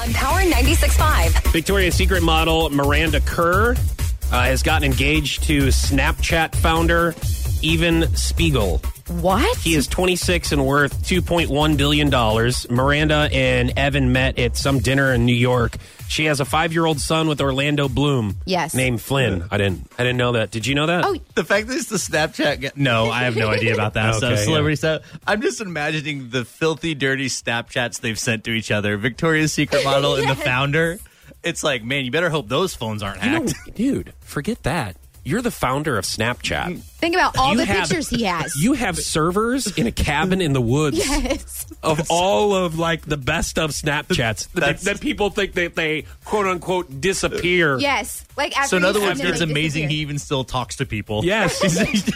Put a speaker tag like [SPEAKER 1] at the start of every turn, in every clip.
[SPEAKER 1] on Power 96.5.
[SPEAKER 2] Victoria's Secret model Miranda Kerr uh, has gotten engaged to Snapchat founder Evan Spiegel.
[SPEAKER 3] What?
[SPEAKER 2] He is 26 and worth $2.1 billion. Miranda and Evan met at some dinner in New York. She has a five year old son with Orlando Bloom.
[SPEAKER 3] Yes.
[SPEAKER 2] Named Flynn. I didn't I didn't know that. Did you know that?
[SPEAKER 3] Oh,
[SPEAKER 4] The fact that it's the Snapchat. Guy, no, I have no idea about that stuff.
[SPEAKER 2] Okay, yeah.
[SPEAKER 4] Celebrity stuff. I'm just imagining the filthy, dirty Snapchats they've sent to each other. Victoria's Secret model and the founder. It's like, man, you better hope those phones aren't
[SPEAKER 2] You know,
[SPEAKER 4] hacked.
[SPEAKER 2] dude, forget that. You're the founder of Snapchat.
[SPEAKER 3] think about Uh, all
[SPEAKER 2] You
[SPEAKER 3] the
[SPEAKER 2] have-
[SPEAKER 3] pictures he has.
[SPEAKER 2] You have servers in a cabin in the woods
[SPEAKER 3] yes.
[SPEAKER 2] of all of like the best of Snapchats that,
[SPEAKER 4] That's-
[SPEAKER 2] that people think that they quote unquote disappear.
[SPEAKER 3] Yes. Like after
[SPEAKER 4] So in
[SPEAKER 3] you
[SPEAKER 4] other
[SPEAKER 3] send
[SPEAKER 4] words,
[SPEAKER 3] them,
[SPEAKER 4] it's
[SPEAKER 3] they
[SPEAKER 4] amazing he
[SPEAKER 3] disappear.
[SPEAKER 4] even still talks to people.
[SPEAKER 2] Yes.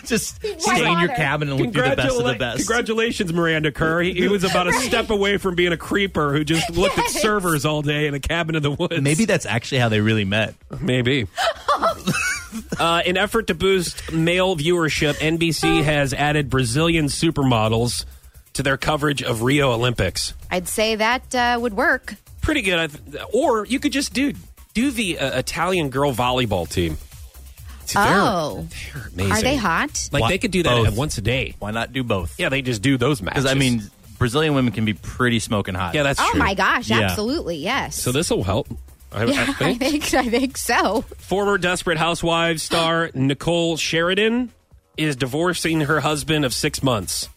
[SPEAKER 4] just
[SPEAKER 3] Why
[SPEAKER 4] stay in your
[SPEAKER 3] bother?
[SPEAKER 4] cabin and look through the best of the
[SPEAKER 2] Congratula-
[SPEAKER 4] best.
[SPEAKER 2] Congratulations, Miranda Kerr. He, he was about a step away from being a creeper who just looked at
[SPEAKER 3] Yes.
[SPEAKER 2] servers all day in a cabin in the woods.
[SPEAKER 4] Maybe that's actually how they really met.
[SPEAKER 2] Maybe. uh, in effort to boost male viewership,
[SPEAKER 3] Oh.
[SPEAKER 2] NBC has added Brazilian supermodels to their coverage of Rio Olympics.
[SPEAKER 3] I'd say that uh, would work.
[SPEAKER 2] Pretty good. I th- or you could just do do the uh, Italian girl volleyball team. They're-
[SPEAKER 3] Oh.
[SPEAKER 2] they're amazing.
[SPEAKER 3] Are they hot?
[SPEAKER 2] Like
[SPEAKER 4] Wha-
[SPEAKER 2] they could do that
[SPEAKER 4] both.
[SPEAKER 2] once a day.
[SPEAKER 4] Why not do both?
[SPEAKER 2] Yeah, they just do those matches.
[SPEAKER 4] Because I mean, Brazilian women can be pretty smoking hot.
[SPEAKER 2] yeah, that's
[SPEAKER 3] oh
[SPEAKER 2] true.
[SPEAKER 3] my gosh,
[SPEAKER 4] Yeah.
[SPEAKER 3] absolutely, yes.
[SPEAKER 2] So this will help. I, I
[SPEAKER 3] yeah, I
[SPEAKER 2] think.
[SPEAKER 3] think I think so.
[SPEAKER 2] Former Desperate Housewives star Nicole Sheridan is divorcing her husband of six months.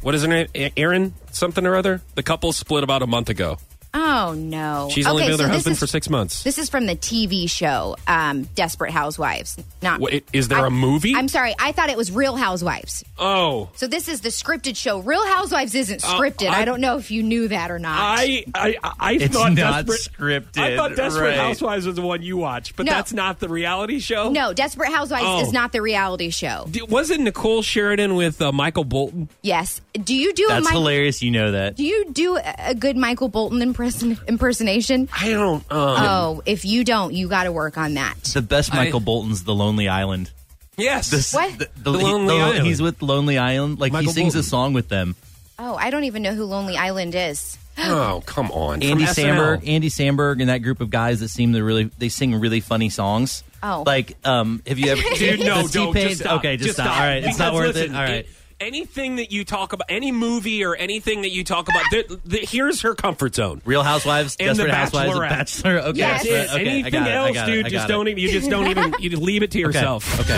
[SPEAKER 2] What is her name? A- Aaron something or other? The couple split about a month ago.
[SPEAKER 3] Oh no.
[SPEAKER 2] She's only been with
[SPEAKER 3] so
[SPEAKER 2] her
[SPEAKER 3] this
[SPEAKER 2] husband
[SPEAKER 3] is-
[SPEAKER 2] for six months.
[SPEAKER 3] This is from the TV show um, Desperate Housewives. Not
[SPEAKER 2] Wha- i- is there a movie?
[SPEAKER 3] I'm sorry, I thought it was Real Housewives.
[SPEAKER 2] oh,
[SPEAKER 3] So this is the scripted show. Real Housewives isn't scripted.
[SPEAKER 2] Uh, I-
[SPEAKER 3] I, don't know if you knew that or not.
[SPEAKER 2] I I I, I
[SPEAKER 4] It's
[SPEAKER 2] thought
[SPEAKER 4] not
[SPEAKER 2] Desperate
[SPEAKER 4] scripted,
[SPEAKER 2] I thought Desperate
[SPEAKER 4] right.
[SPEAKER 2] Housewives was the one you watched, but
[SPEAKER 3] No.
[SPEAKER 2] that's not the reality show.
[SPEAKER 3] no, Desperate Housewives
[SPEAKER 2] Oh.
[SPEAKER 3] is not the reality show.
[SPEAKER 2] D- wasn't Nicole Sheridan with uh, Michael Bolton?
[SPEAKER 3] yes. Do you do a
[SPEAKER 4] That's
[SPEAKER 3] Michael
[SPEAKER 4] hilarious. You know that.
[SPEAKER 3] Do you do a- a good Michael Bolton imperson- impersonation?
[SPEAKER 2] I don't.
[SPEAKER 4] uh,
[SPEAKER 2] Um,
[SPEAKER 3] Oh, if you don't, you got to work on that.
[SPEAKER 4] The best Michael Bolton's The Lonely Island.
[SPEAKER 2] yes,
[SPEAKER 3] What?
[SPEAKER 4] The,
[SPEAKER 2] The Lonely Island.
[SPEAKER 4] He's with Lonely Island. Like
[SPEAKER 2] Michael
[SPEAKER 4] he sings
[SPEAKER 2] Bolton.
[SPEAKER 4] a song with them.
[SPEAKER 3] Oh, I don't even know who Lonely Island is.
[SPEAKER 2] oh come on,
[SPEAKER 4] Andy
[SPEAKER 2] From
[SPEAKER 4] Samberg,
[SPEAKER 2] SNL.
[SPEAKER 4] Andy Samberg, and that group of guys that seem to really they sing really funny songs.
[SPEAKER 3] Oh.
[SPEAKER 4] like um, have you ever?
[SPEAKER 2] Dude, no,
[SPEAKER 4] The
[SPEAKER 2] don't.
[SPEAKER 4] T-Pain-
[SPEAKER 2] Just stop.
[SPEAKER 4] Okay, just, stop. All right, it's not
[SPEAKER 2] Because
[SPEAKER 4] worth
[SPEAKER 2] listen,
[SPEAKER 4] it. All right.
[SPEAKER 2] Anything that you talk about, any movie or anything that you talk about, th th here's her comfort zone.
[SPEAKER 4] Real Housewives,
[SPEAKER 2] And The
[SPEAKER 4] Desperate Housewives,
[SPEAKER 2] Bachelorette.
[SPEAKER 4] Bachelor. Okay,
[SPEAKER 3] Yes.
[SPEAKER 4] Bachelorette.
[SPEAKER 3] Yes.
[SPEAKER 4] okay, I
[SPEAKER 2] anything
[SPEAKER 4] got it, I
[SPEAKER 2] else,
[SPEAKER 4] got it,
[SPEAKER 2] dude,
[SPEAKER 4] I
[SPEAKER 2] just
[SPEAKER 4] got it.
[SPEAKER 2] don't even. You just don't even. You leave it to
[SPEAKER 4] Okay,
[SPEAKER 2] yourself.
[SPEAKER 4] Okay.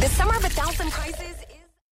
[SPEAKER 1] The Summer of a Thousand